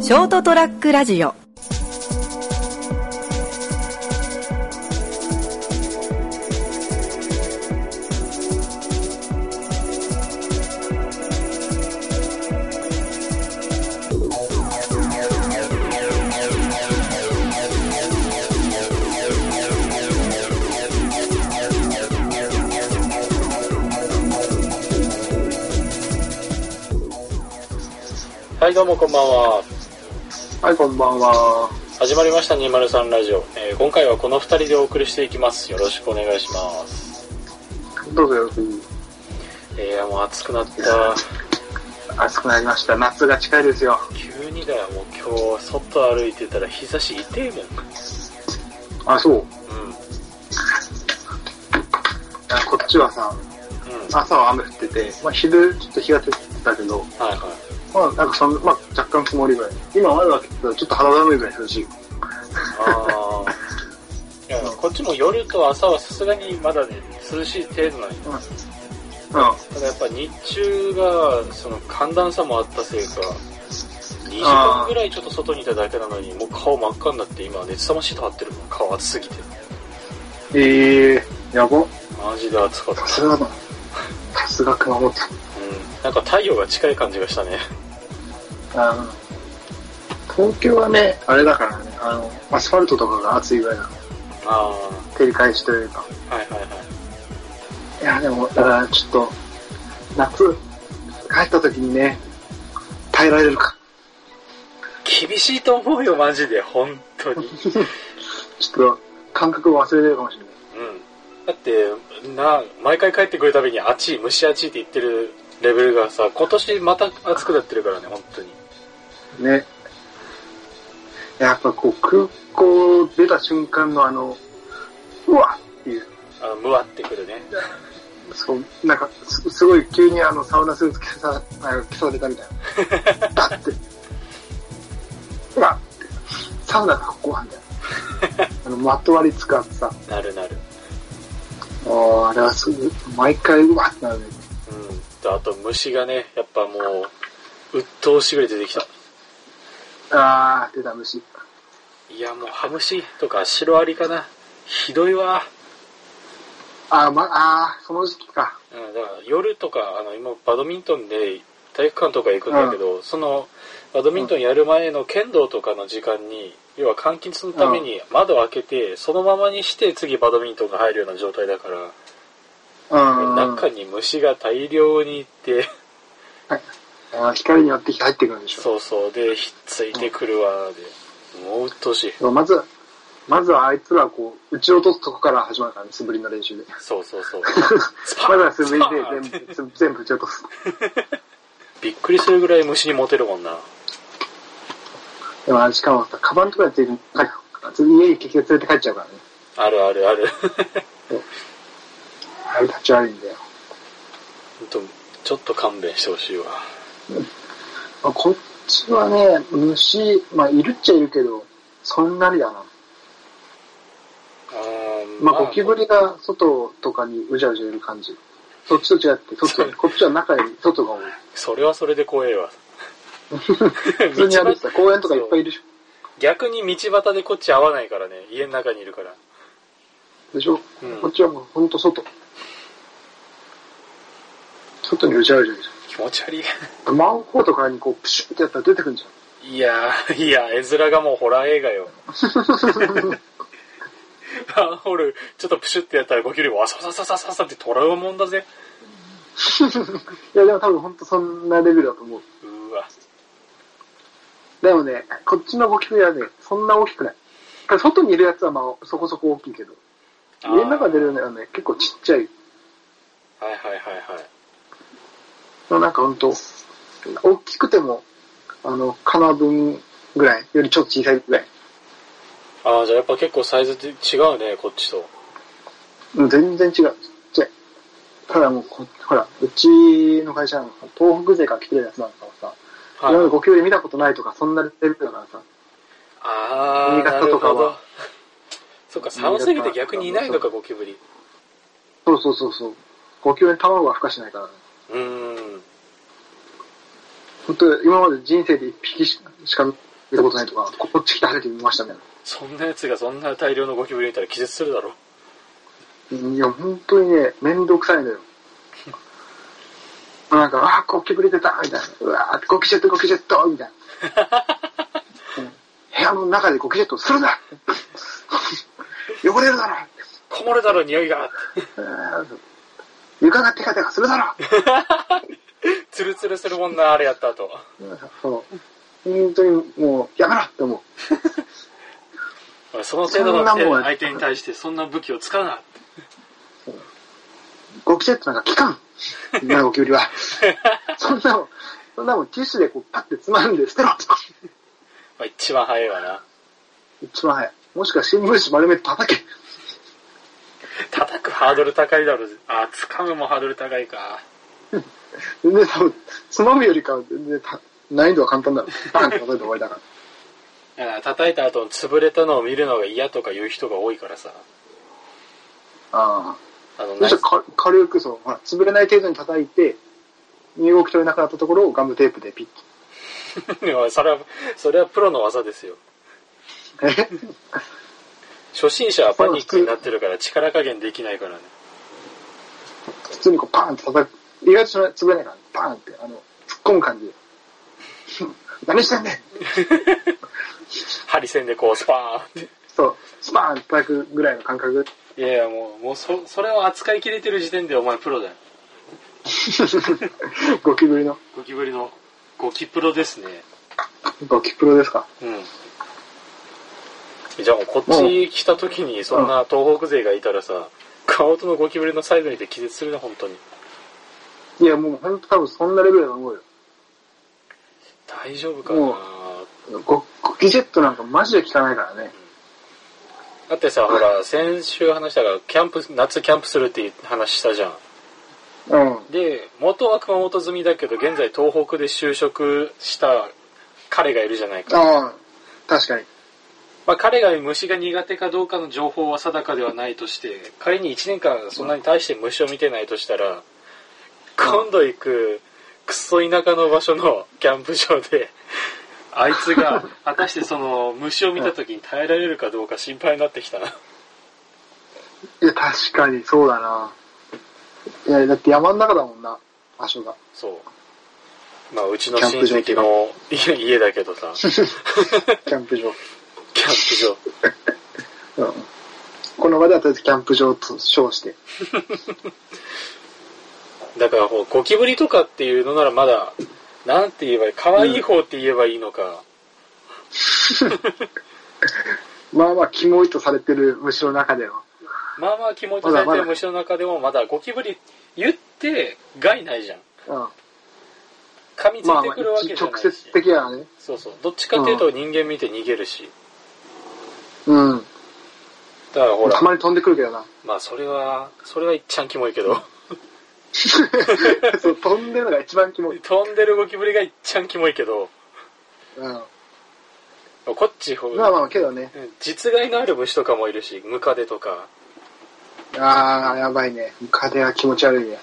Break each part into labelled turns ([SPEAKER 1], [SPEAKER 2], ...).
[SPEAKER 1] ショートトラックラジオ
[SPEAKER 2] はい、どうもこんばんは。
[SPEAKER 3] はい、こんばんは。
[SPEAKER 2] 始まりました203ラジオ、えー今回はこの2人でお送りしていきます。よろしくお願いします。
[SPEAKER 3] どうぞよろしく。
[SPEAKER 2] えー、もう暑くなった。
[SPEAKER 3] 暑くなりました。夏が近いですよ。
[SPEAKER 2] 急にだよ、もう今日、外歩いてたら日差し痛えもん。
[SPEAKER 3] あ、そう。い
[SPEAKER 2] うん。うん。
[SPEAKER 3] やこっちはさ、
[SPEAKER 2] は
[SPEAKER 3] 朝は雨降ってて、まあ、昼ちょっと日が照ってたけど、
[SPEAKER 2] いは
[SPEAKER 3] まあ、なんかその、まあ、若干曇りぐらい。今窓開けてたらちょっと肌寒いぐらい涼しい。
[SPEAKER 2] い。あー。いや、こっちも夜と朝はさすがにまだね、涼しい程度なんよ。
[SPEAKER 3] う
[SPEAKER 2] ただやっぱ日中が、その寒暖差もあったせいか、2時間ぐらいちょっと外にいただけなのに、もう顔真っ赤になって、今熱さましいと張ってるもん、顔熱すぎて。
[SPEAKER 3] ん。ええー、やば。
[SPEAKER 2] マジで暑かった。
[SPEAKER 3] さすがだ。さすが熊本。
[SPEAKER 2] うん。なんか太陽が近い感じがしたね。
[SPEAKER 3] あの東京はね、あれだからね、あの、アスファルトとかが暑いぐらいなの。
[SPEAKER 2] あ
[SPEAKER 3] 照り返しというか。
[SPEAKER 2] あ、はいはいはい。
[SPEAKER 3] いや、でも、だからちょっと、夏、帰った時にね、耐えられるか。
[SPEAKER 2] 厳しいと思うよ、マジで、本当に。
[SPEAKER 3] ちょっと、感覚を忘れてるかもしれない。
[SPEAKER 2] うん。だって、な、毎回帰ってくるたびに暑い、蒸し暑いって言ってるレベルがさ、今年また暑くなってるからね、本当に。
[SPEAKER 3] ね。やっぱこう、空港出た瞬間のあの、うわっっていう、
[SPEAKER 2] あむわってくるね。
[SPEAKER 3] そう、なんかす、すごい急にあの、サウナスーツ着さ、あの着されたみたいな。だって、うわって、サウナがここはみたいな。あの、まとわりつくあってさ、
[SPEAKER 2] なるなる。
[SPEAKER 3] もうあれはすぐ、毎回うわってなるね。
[SPEAKER 2] うん。とあと虫がね、やっぱもう、鬱陶しぐれ出てきた。
[SPEAKER 3] あー、出た虫。
[SPEAKER 2] いや、もうハムシとかシロアリかな。ひどいわ。
[SPEAKER 3] あー、ま、あー、その時期か。
[SPEAKER 2] うん、だから夜とかあの今バドミントンで体育館とか行くんだけど、そのバドミントンやる前の剣道とかの時間に、要は換気するために窓を開けてそのままにして次バドミントンが入るような状態だから、
[SPEAKER 3] うん。
[SPEAKER 2] 中に虫が大量にいて
[SPEAKER 3] あー光によって入ってくるんでしょ。
[SPEAKER 2] そうそうでひっついてくるわで、もう鬱陶しい
[SPEAKER 3] まず、まずはあいつらはこう、打ち落とすとこから始まるからね、素振りの練習で。
[SPEAKER 2] そうそうそうスパ
[SPEAKER 3] まず
[SPEAKER 2] ー
[SPEAKER 3] は
[SPEAKER 2] ン
[SPEAKER 3] 素振
[SPEAKER 2] スパーン
[SPEAKER 3] りで全部、全部打ち落とす。
[SPEAKER 2] びっくりするぐらい虫にモテるもんな
[SPEAKER 3] でもあれしかもさ、カバンとかやってる、はい家に結局連れて帰っちゃうからね。
[SPEAKER 2] あるあるある
[SPEAKER 3] あれ立ち悪いんだよ。
[SPEAKER 2] ほんとちょっと勘弁してほしいわ
[SPEAKER 3] まあ、こっちはね、虫、まあ、いるっちゃいるけど、そんなにだな。
[SPEAKER 2] うん
[SPEAKER 3] まあ、ゴキブリが外とかにうじゃうじゃいる感じ。そっちと違って、
[SPEAKER 2] そ
[SPEAKER 3] 外
[SPEAKER 2] う、
[SPEAKER 3] こっちは中より外が多い。
[SPEAKER 2] それはそれで怖えわ。
[SPEAKER 3] 普通に歩いてた公園とかいっぱいいるでしょ。
[SPEAKER 2] 逆に道端でこっち合わないからね、家の中にいるから。
[SPEAKER 3] でしょ、
[SPEAKER 2] うん
[SPEAKER 3] こっちはもうほんと外。外にうじゃうじゃいるじ
[SPEAKER 2] 気持ち悪 い。
[SPEAKER 3] ゃん。マンホールとかにこう、プシュってやったら出てくんじ
[SPEAKER 2] いやー、いや、絵面がもうホラー映画 よ。マンホール、ちょっとプシュってやったらゴキブリわささささささってトラウマもんだぜ。
[SPEAKER 3] ゃん。いや、でも多分ほんとそんなレベルだと思う。
[SPEAKER 2] うーわ。
[SPEAKER 3] でもね、こっちのゴキブリはね、そんな大きくない。ただ外にいるやつはまあ、そこそこ大きいけど、
[SPEAKER 2] あー
[SPEAKER 3] 家の中出るのはね、結構ちっちゃい。
[SPEAKER 2] はいはいはいはい。
[SPEAKER 3] なんかほんと、大きくても、あの、かな分ぐらい、よりちょっと小さいぐらい。
[SPEAKER 2] ああ、じゃあやっぱ結構サイズって違うね、こっちと。
[SPEAKER 3] うん全然違う。ちっちゃい。ただもうこ、ほら、うちの会社なんか、東北勢から来てるやつなんかはさ、
[SPEAKER 2] はい。
[SPEAKER 3] 今までゴキブリ見たことないとか、そんなレベルだからさ、
[SPEAKER 2] ああ、
[SPEAKER 3] 新
[SPEAKER 2] な
[SPEAKER 3] 潟
[SPEAKER 2] る
[SPEAKER 3] と
[SPEAKER 2] ほ
[SPEAKER 3] かは
[SPEAKER 2] ど。そっか、寒すぎて逆にいないのか、ゴキブリ。
[SPEAKER 3] そうそうそうそう、ゴキブリに卵は孵化しないから、ね、
[SPEAKER 2] うーん。
[SPEAKER 3] 本当今まで人生で一匹しかしか見たことないとか、こっち来て晴れてみましたみたい
[SPEAKER 2] そんなやつがそんな大量のゴキブリいたら気絶するだろ
[SPEAKER 3] な。いや、本当にね、めんどくさいのよ。 なんか、ああ、ゴキブリ出たみたいな。うわーゴキジェット、ゴキジェットみたいな、うん部屋の中でゴキジェットをするな汚れるだろ
[SPEAKER 2] こもるだろ匂いが
[SPEAKER 3] うん床がテカテカするだろ
[SPEAKER 2] ツルツルするもんなあれやった後
[SPEAKER 3] そう。本当にもう、やめろって思う。
[SPEAKER 2] 俺その程度の
[SPEAKER 3] そんなもんや
[SPEAKER 2] 相手に対してそんな武器を使うなって
[SPEAKER 3] ゴキジェットなんか効かん。今のゴキブリは。そんなもん、そんなもんティッシュでこうパッてつまんで捨てろ。
[SPEAKER 2] まあ、一番早いわな
[SPEAKER 3] 一番早い。もしくは新聞紙丸めて叩け。
[SPEAKER 2] 叩くハードル高いだろあ掴むもハードル高いか
[SPEAKER 3] 全然多分、つまむよりかは全然た難易度は簡単だろ。 バンって叩いて終わりだから。
[SPEAKER 2] だから叩いた後の潰れたのを見るのが嫌とかいう人が多いからさ
[SPEAKER 3] ああ。
[SPEAKER 2] あの
[SPEAKER 3] そ
[SPEAKER 2] ナイ
[SPEAKER 3] した
[SPEAKER 2] ス
[SPEAKER 3] らか軽くその、ほら、潰れない程度に叩いて、身動き取れなくなったところをガムテープでピッ
[SPEAKER 2] おいそれはそれはプロの技ですよ
[SPEAKER 3] て。
[SPEAKER 2] 初心者はパニックになってるから力加減できないからね
[SPEAKER 3] 普通にこうパーンって叩く。意外とそれ潰れないから、パーンって、あの、突っ込む感じ。 何してんねん
[SPEAKER 2] 針線でこうスパーンっ
[SPEAKER 3] そう、スパーンって叩くぐらいの感覚。
[SPEAKER 2] ていやいやもうもうそそれを扱いきれてる時点でお前プロだよ
[SPEAKER 3] ゴキブリの。
[SPEAKER 2] ゴキブリのゴキプロですね
[SPEAKER 3] ゴキプロですか。
[SPEAKER 2] うんじゃあもうこっち来た時にそんな東北勢がいたらさ顔とのゴキブリのサイズにて気絶するな本当に
[SPEAKER 3] いや、もう本当多分そんなレベルだと思うよ。
[SPEAKER 2] 大丈夫かな
[SPEAKER 3] もゴゴキジェットなんかマジで効かないからね。
[SPEAKER 2] だってさほら先週話したがキャンプ夏キャンプするっていう話したじゃん
[SPEAKER 3] うん。
[SPEAKER 2] で元は熊本住みだけど現在東北で就職した彼がいるじゃないか、
[SPEAKER 3] ああ、確かに。
[SPEAKER 2] まあ、彼が虫が苦手かどうかの情報は定かではないとして仮に1年間そんなに大して虫を見てないとしたら今度行くクソ田舎の場所のキャンプ場であいつが果たしてその虫を見た時に耐えられるかどうか心配になってきたない
[SPEAKER 3] や、確かにそうだな。いや、だって山の中だもんな、場 所が。
[SPEAKER 2] そうまあうちの親戚の家家だけどさキャン
[SPEAKER 3] キャンプ場。
[SPEAKER 2] プ場
[SPEAKER 3] うん。この場ではとりあえずキャンプ場と称して。
[SPEAKER 2] だからもうゴキブリとかっていうのならまだなんて言えばいい可愛い方って言えばいいのか、
[SPEAKER 3] まあまあ、キモいとされてる虫の中では。
[SPEAKER 2] まあまあ気持ちされてる虫の中でもまだゴキブリ言って害ないじゃん
[SPEAKER 3] うん。
[SPEAKER 2] 噛みつ
[SPEAKER 3] まあ
[SPEAKER 2] いて
[SPEAKER 3] まあ
[SPEAKER 2] くるわ、け
[SPEAKER 3] 一
[SPEAKER 2] じゃな
[SPEAKER 3] 直
[SPEAKER 2] いし、
[SPEAKER 3] 接的やね。
[SPEAKER 2] そうそうどっちかっていうと人間見て逃げるし
[SPEAKER 3] うん。
[SPEAKER 2] だからほら
[SPEAKER 3] たまに飛んでくるけ どな。
[SPEAKER 2] まあそれはそれはいっちゃんキモいけど
[SPEAKER 3] そう、飛んでるのが一番キモい。
[SPEAKER 2] 飛んでるゴキブリがいっちゃんキモいけど
[SPEAKER 3] うん。
[SPEAKER 2] こっちほ
[SPEAKER 3] まあまあ、けどね。
[SPEAKER 2] 実害のある虫とかもいるしムカデとか
[SPEAKER 3] ああ、やばいね。風は気持ち悪いね。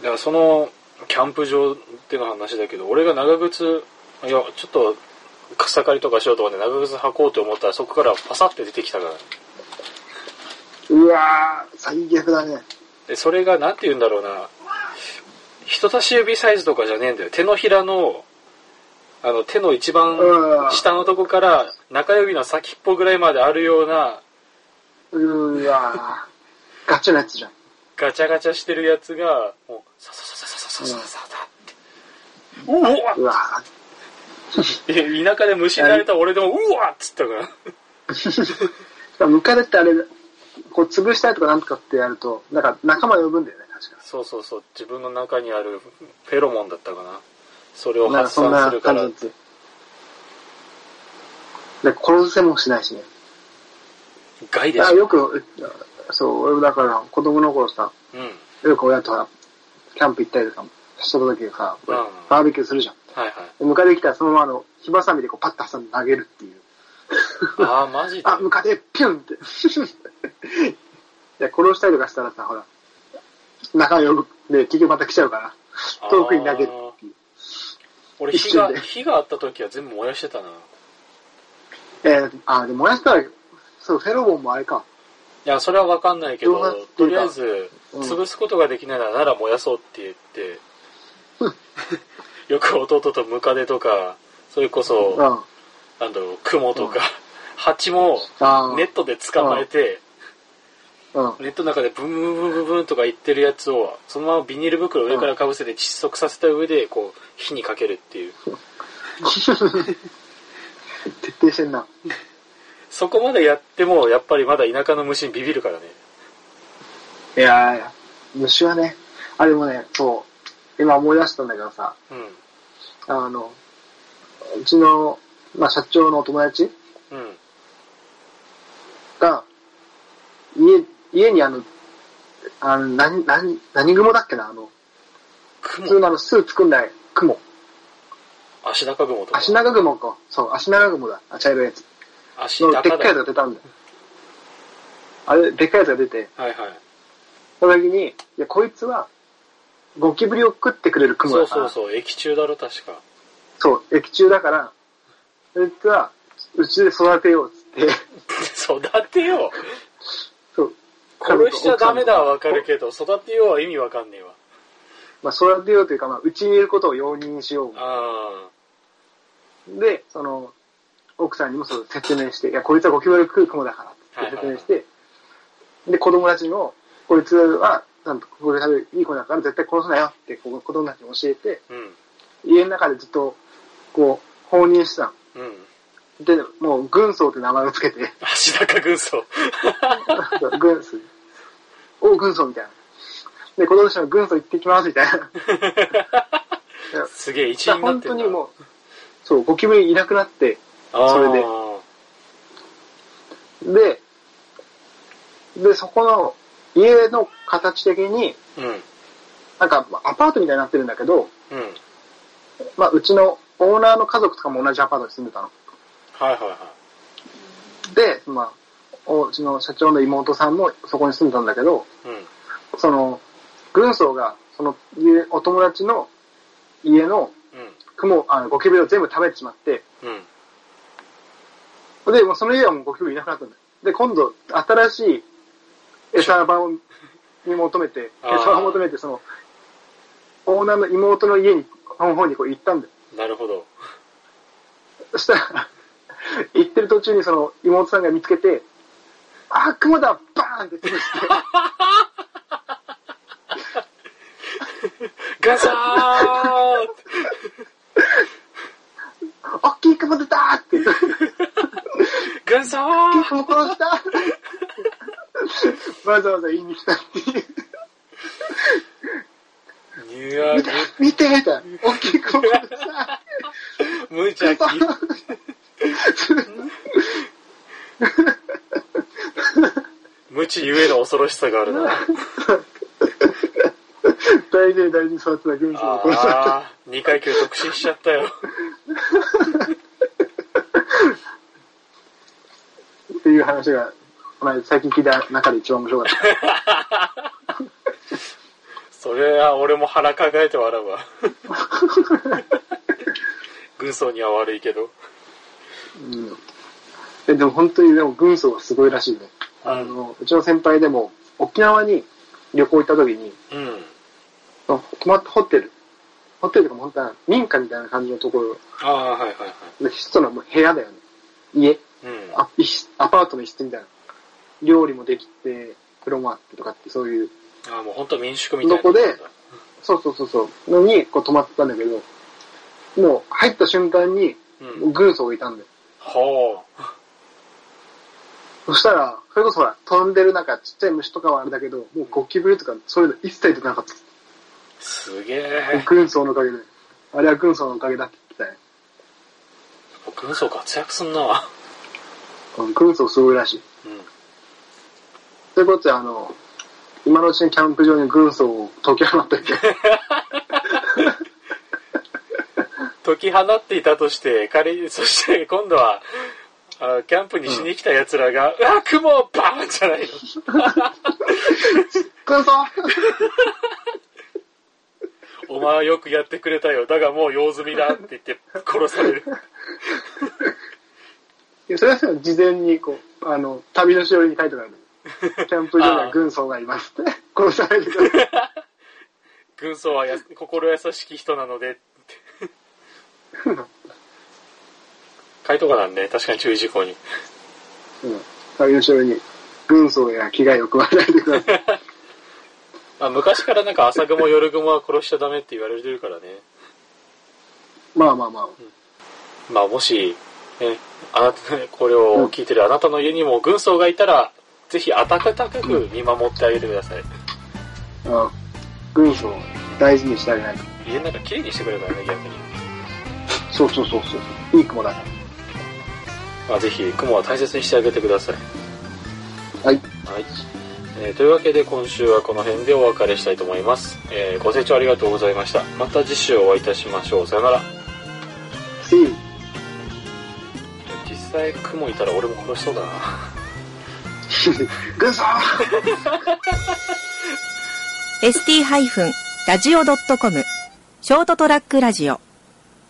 [SPEAKER 2] だからそのキャンプ場での話だけど俺が長靴いやちょっと草刈りとかしようと思って長靴履こうと思ったらそこからパサって出てきたから
[SPEAKER 3] うわー、最悪だね。
[SPEAKER 2] でそれが何て言うんだろうな人差し指サイズとかじゃねえんだよ手のひらのあの手の一番
[SPEAKER 3] うん
[SPEAKER 2] 下のとこから中指の先っぽぐらいまであるような
[SPEAKER 3] うわー。ガチなやつじゃん。
[SPEAKER 2] ガチャガチャしてるやつがもうサササササササササってうわっ
[SPEAKER 3] うわー。
[SPEAKER 2] え田舎で虫になれた俺でもうわっつったから
[SPEAKER 3] ムカデってあれ、こう潰したいとかなんとかってやると、なんか仲間呼ぶんだよね、確か。
[SPEAKER 2] そうそうそう自分の中にあるフェロモンだったかなそれを
[SPEAKER 3] なんか
[SPEAKER 2] 発
[SPEAKER 3] そん
[SPEAKER 2] 散
[SPEAKER 3] な
[SPEAKER 2] するか
[SPEAKER 3] 感じ
[SPEAKER 2] ら
[SPEAKER 3] のやつ。で、殺せもしないしね。
[SPEAKER 2] 害で
[SPEAKER 3] だか
[SPEAKER 2] し
[SPEAKER 3] ら
[SPEAKER 2] ょ
[SPEAKER 3] よく、そう、俺もだから子供の頃さ、
[SPEAKER 2] うんはい
[SPEAKER 3] よく親とさキャンプ行ったりとかした時さ、
[SPEAKER 2] うん
[SPEAKER 3] バーベキューするじゃん。
[SPEAKER 2] はい
[SPEAKER 3] でムカデ来たらそのままあの、火ばさみでこうパッと挟んで投げるっていう。
[SPEAKER 2] ああマジで
[SPEAKER 3] あ、ムカデ、ピュンって。 いや、殺したりとかしたらさ、ほら、仲間呼ぶ。で、結局また来ちゃうから、遠くに投げるっていう。
[SPEAKER 2] 俺火が
[SPEAKER 3] 一瞬で
[SPEAKER 2] 火があった時は全部燃やしてたな
[SPEAKER 3] えー、あ、でも燃やしたら、そう、フェロモンもあれか。
[SPEAKER 2] いや、それはわかんないけど
[SPEAKER 3] どうなってる、か
[SPEAKER 2] とりあえず、
[SPEAKER 3] うん
[SPEAKER 2] 潰すことができないなら、なら燃やそうって言 って、よく弟とムカデとか、それこ
[SPEAKER 3] う
[SPEAKER 2] そ
[SPEAKER 3] ん。、あ
[SPEAKER 2] あの、クモとか、ハチも、
[SPEAKER 3] あ。
[SPEAKER 2] ネットで捕まえて、
[SPEAKER 3] うん。
[SPEAKER 2] ネットの中でブンブンブンブンブンとか言ってるやつを、そのままビニール袋を上からかぶせて窒息させた上で、こう、火にかけるっていう。
[SPEAKER 3] 徹底してんな。
[SPEAKER 2] そこまでやっても、やっぱりまだ田舎の虫にビビるからね。
[SPEAKER 3] いやいや、虫はね、あ、でもね、そう、今思い出したんだけどさ、
[SPEAKER 2] うん。
[SPEAKER 3] あの、うちの、まあ、社長のお友達
[SPEAKER 2] うん。
[SPEAKER 3] が、家、家にあの、あの、何、何、何雲だっけな、あの、
[SPEAKER 2] ク
[SPEAKER 3] 普通
[SPEAKER 2] モ、
[SPEAKER 3] のあの、すぐ作んない雲。
[SPEAKER 2] 足高雲とか、
[SPEAKER 3] 足長雲か。そう、足長雲だ。あ、茶色いやつ。
[SPEAKER 2] 足
[SPEAKER 3] の、
[SPEAKER 2] 高
[SPEAKER 3] でっ
[SPEAKER 2] だ
[SPEAKER 3] かいやつが出たんだよ。あれ、でっかいやつが出て、
[SPEAKER 2] はいはい。
[SPEAKER 3] その時に、いや、こいつは、ゴキブリを食ってくれる雲
[SPEAKER 2] そう
[SPEAKER 3] だか
[SPEAKER 2] そう
[SPEAKER 3] ら、
[SPEAKER 2] そう、液中だろ、確か。
[SPEAKER 3] そう、液中だから、そいつは、うちで育てようっつって、
[SPEAKER 2] 育てよう
[SPEAKER 3] そう。
[SPEAKER 2] 殺しちゃダメだはわかる
[SPEAKER 3] ど。
[SPEAKER 2] けど、育てようは意味わかんねえわ。
[SPEAKER 3] まあ、育てようというか、まあ、うちにいることを容認しよ
[SPEAKER 2] あ
[SPEAKER 3] う。で、その、奥さんにもそう説明して、いや、こいつはゴキブリを食う雲だからって説明して、で、子供たちにも、こいつは、なんと、ここで食べるいい子だから絶対殺すなよって、こう子供たちに教えて、
[SPEAKER 2] あ、うん、
[SPEAKER 3] 家の中でずっと、こう、放任してたの。
[SPEAKER 2] うん。
[SPEAKER 3] で、もう、軍曹って名前をつけて、
[SPEAKER 2] 足高軍曹。
[SPEAKER 3] 軍曹。おう、軍曹みたいな。で、子供たちも軍曹行ってきます、みたいな。
[SPEAKER 2] すげえ、一
[SPEAKER 3] だ
[SPEAKER 2] 員
[SPEAKER 3] から
[SPEAKER 2] になっ
[SPEAKER 3] 本
[SPEAKER 2] てる
[SPEAKER 3] 当
[SPEAKER 2] な。
[SPEAKER 3] にもう、そう、ゴキブリいなくなって、
[SPEAKER 2] あー
[SPEAKER 3] それでで、で、そこの家の形的に、
[SPEAKER 2] うん、
[SPEAKER 3] なんかまあアパートみたいになってるんだけど、
[SPEAKER 2] うん。
[SPEAKER 3] まあうちのオーナーの家族とかも同じアパートに住んでたの。
[SPEAKER 2] はいはいは
[SPEAKER 3] で、まあ、おうちの社長の妹さんもそこに住んでたんだけど、
[SPEAKER 2] い。うん、
[SPEAKER 3] その、軍曹が、その家、お友達の家の雲、あの、ゴキブリを全部食べてしまって、
[SPEAKER 2] うん、うん。
[SPEAKER 3] で、もうその家はもうゴキブリいなくなったんだよ。で、今度、新しい餌場をに求めて、
[SPEAKER 2] あー
[SPEAKER 3] 餌場を求めて、その、オーナーの妹の家に、の方にこう行ったんだよ。
[SPEAKER 2] なるほど。
[SPEAKER 3] そしたら、行ってる途中にその妹さんが見つけて、あー、雲だバーンって潰して、
[SPEAKER 2] ガサーって
[SPEAKER 3] おっきい雲出たーって、
[SPEAKER 2] ガサ
[SPEAKER 3] 大
[SPEAKER 2] ー
[SPEAKER 3] きい雲殺したわざわざ言いに来たっていう。
[SPEAKER 2] いや
[SPEAKER 3] 見て、見てみたいな。大きい雲殺 した
[SPEAKER 2] 無邪気。無知ゆえの恐ろしさがあるな。
[SPEAKER 3] 大事に大事に育てた軍曹を殺した。
[SPEAKER 2] ああ、二階級特進しちゃったよ。
[SPEAKER 3] っていう話が、この間最近聞いた中で一番面白かっ
[SPEAKER 2] それは俺も腹抱えて笑う わ。軍曹には悪いけど。
[SPEAKER 3] た。うんえ、でも本当にでも軍曹はすごいらしいね。あの、うちの先輩でも沖縄に旅行行った時に、
[SPEAKER 2] うん。
[SPEAKER 3] その泊まったホテル、ホテルとかも本当は民家みたいな感じのところ
[SPEAKER 2] ああ、はいはいはい。
[SPEAKER 3] で、一つのもう部屋だよね。家、
[SPEAKER 2] うん。
[SPEAKER 3] ア一アパートの一室みたいな。料理もできて、風呂もあってとかってそういう、
[SPEAKER 2] ああ、もう本当民宿みたいな。
[SPEAKER 3] どこでそうそうそうそう、のにこう泊まってたんだけど、もう入った瞬間に
[SPEAKER 2] うん。
[SPEAKER 3] 軍曹がいたんだよ。
[SPEAKER 2] ほ
[SPEAKER 3] そしたら、それこそほら、飛んでるなんかちっちゃい虫とかはあれだけど、もうゴキブリとかそういうの一切出てなかった。
[SPEAKER 2] う。すげえ。
[SPEAKER 3] 軍曹のおかげで。あれは軍曹のおかげだって言って
[SPEAKER 2] 軍曹活躍すんな。
[SPEAKER 3] たよ。うん軍曹すごいらしい。
[SPEAKER 2] うん。
[SPEAKER 3] ということで、あの、今のうちにキャンプ場に軍曹を解き放っ ていて、
[SPEAKER 2] 解き放っていたとして、仮に、そして今度は、あキャンプにしに来た奴らが、うわ、雲バーンじゃないの。
[SPEAKER 3] 軍曹
[SPEAKER 2] お前はよくやってくれたよ。だがもう用済みだって言って殺される。
[SPEAKER 3] いやそれはさ事前にこうあの旅のしおりに書いてあるのキャンプ場には軍曹がいますって殺されるから
[SPEAKER 2] 軍曹はや心優しき人なのでって書いとかなんで確かに注意事項に
[SPEAKER 3] うん旅のしおりに軍曹や危害を加えないでく ださい
[SPEAKER 2] あ昔からなんか朝雲夜雲は殺しちゃダメって言われてるからね
[SPEAKER 3] まあまあまあ
[SPEAKER 2] まあもし、ね、あなたこれを聞いてるあなたの家にも軍曹がいたら、ぜひ温かく見守ってあげてください。
[SPEAKER 3] あ軍曹を大事にしてあげないと
[SPEAKER 2] 家の中きれいにしてくれたらね、逆に。
[SPEAKER 3] そうそうそうそういい雲だか
[SPEAKER 2] まあ、ぜひ、雲は大切にしてあげてください。
[SPEAKER 3] らはい
[SPEAKER 2] はい。えーというわけで今週はこの辺でお別れしたいと思います。えーご清聴ありがとうございました。また次週お会いいたしましょう。さよなら。
[SPEAKER 3] See you
[SPEAKER 2] 実際、雲いたら俺も殺しそうだな。
[SPEAKER 3] 軍曹
[SPEAKER 1] ST-radio.com ショートトラックラジオ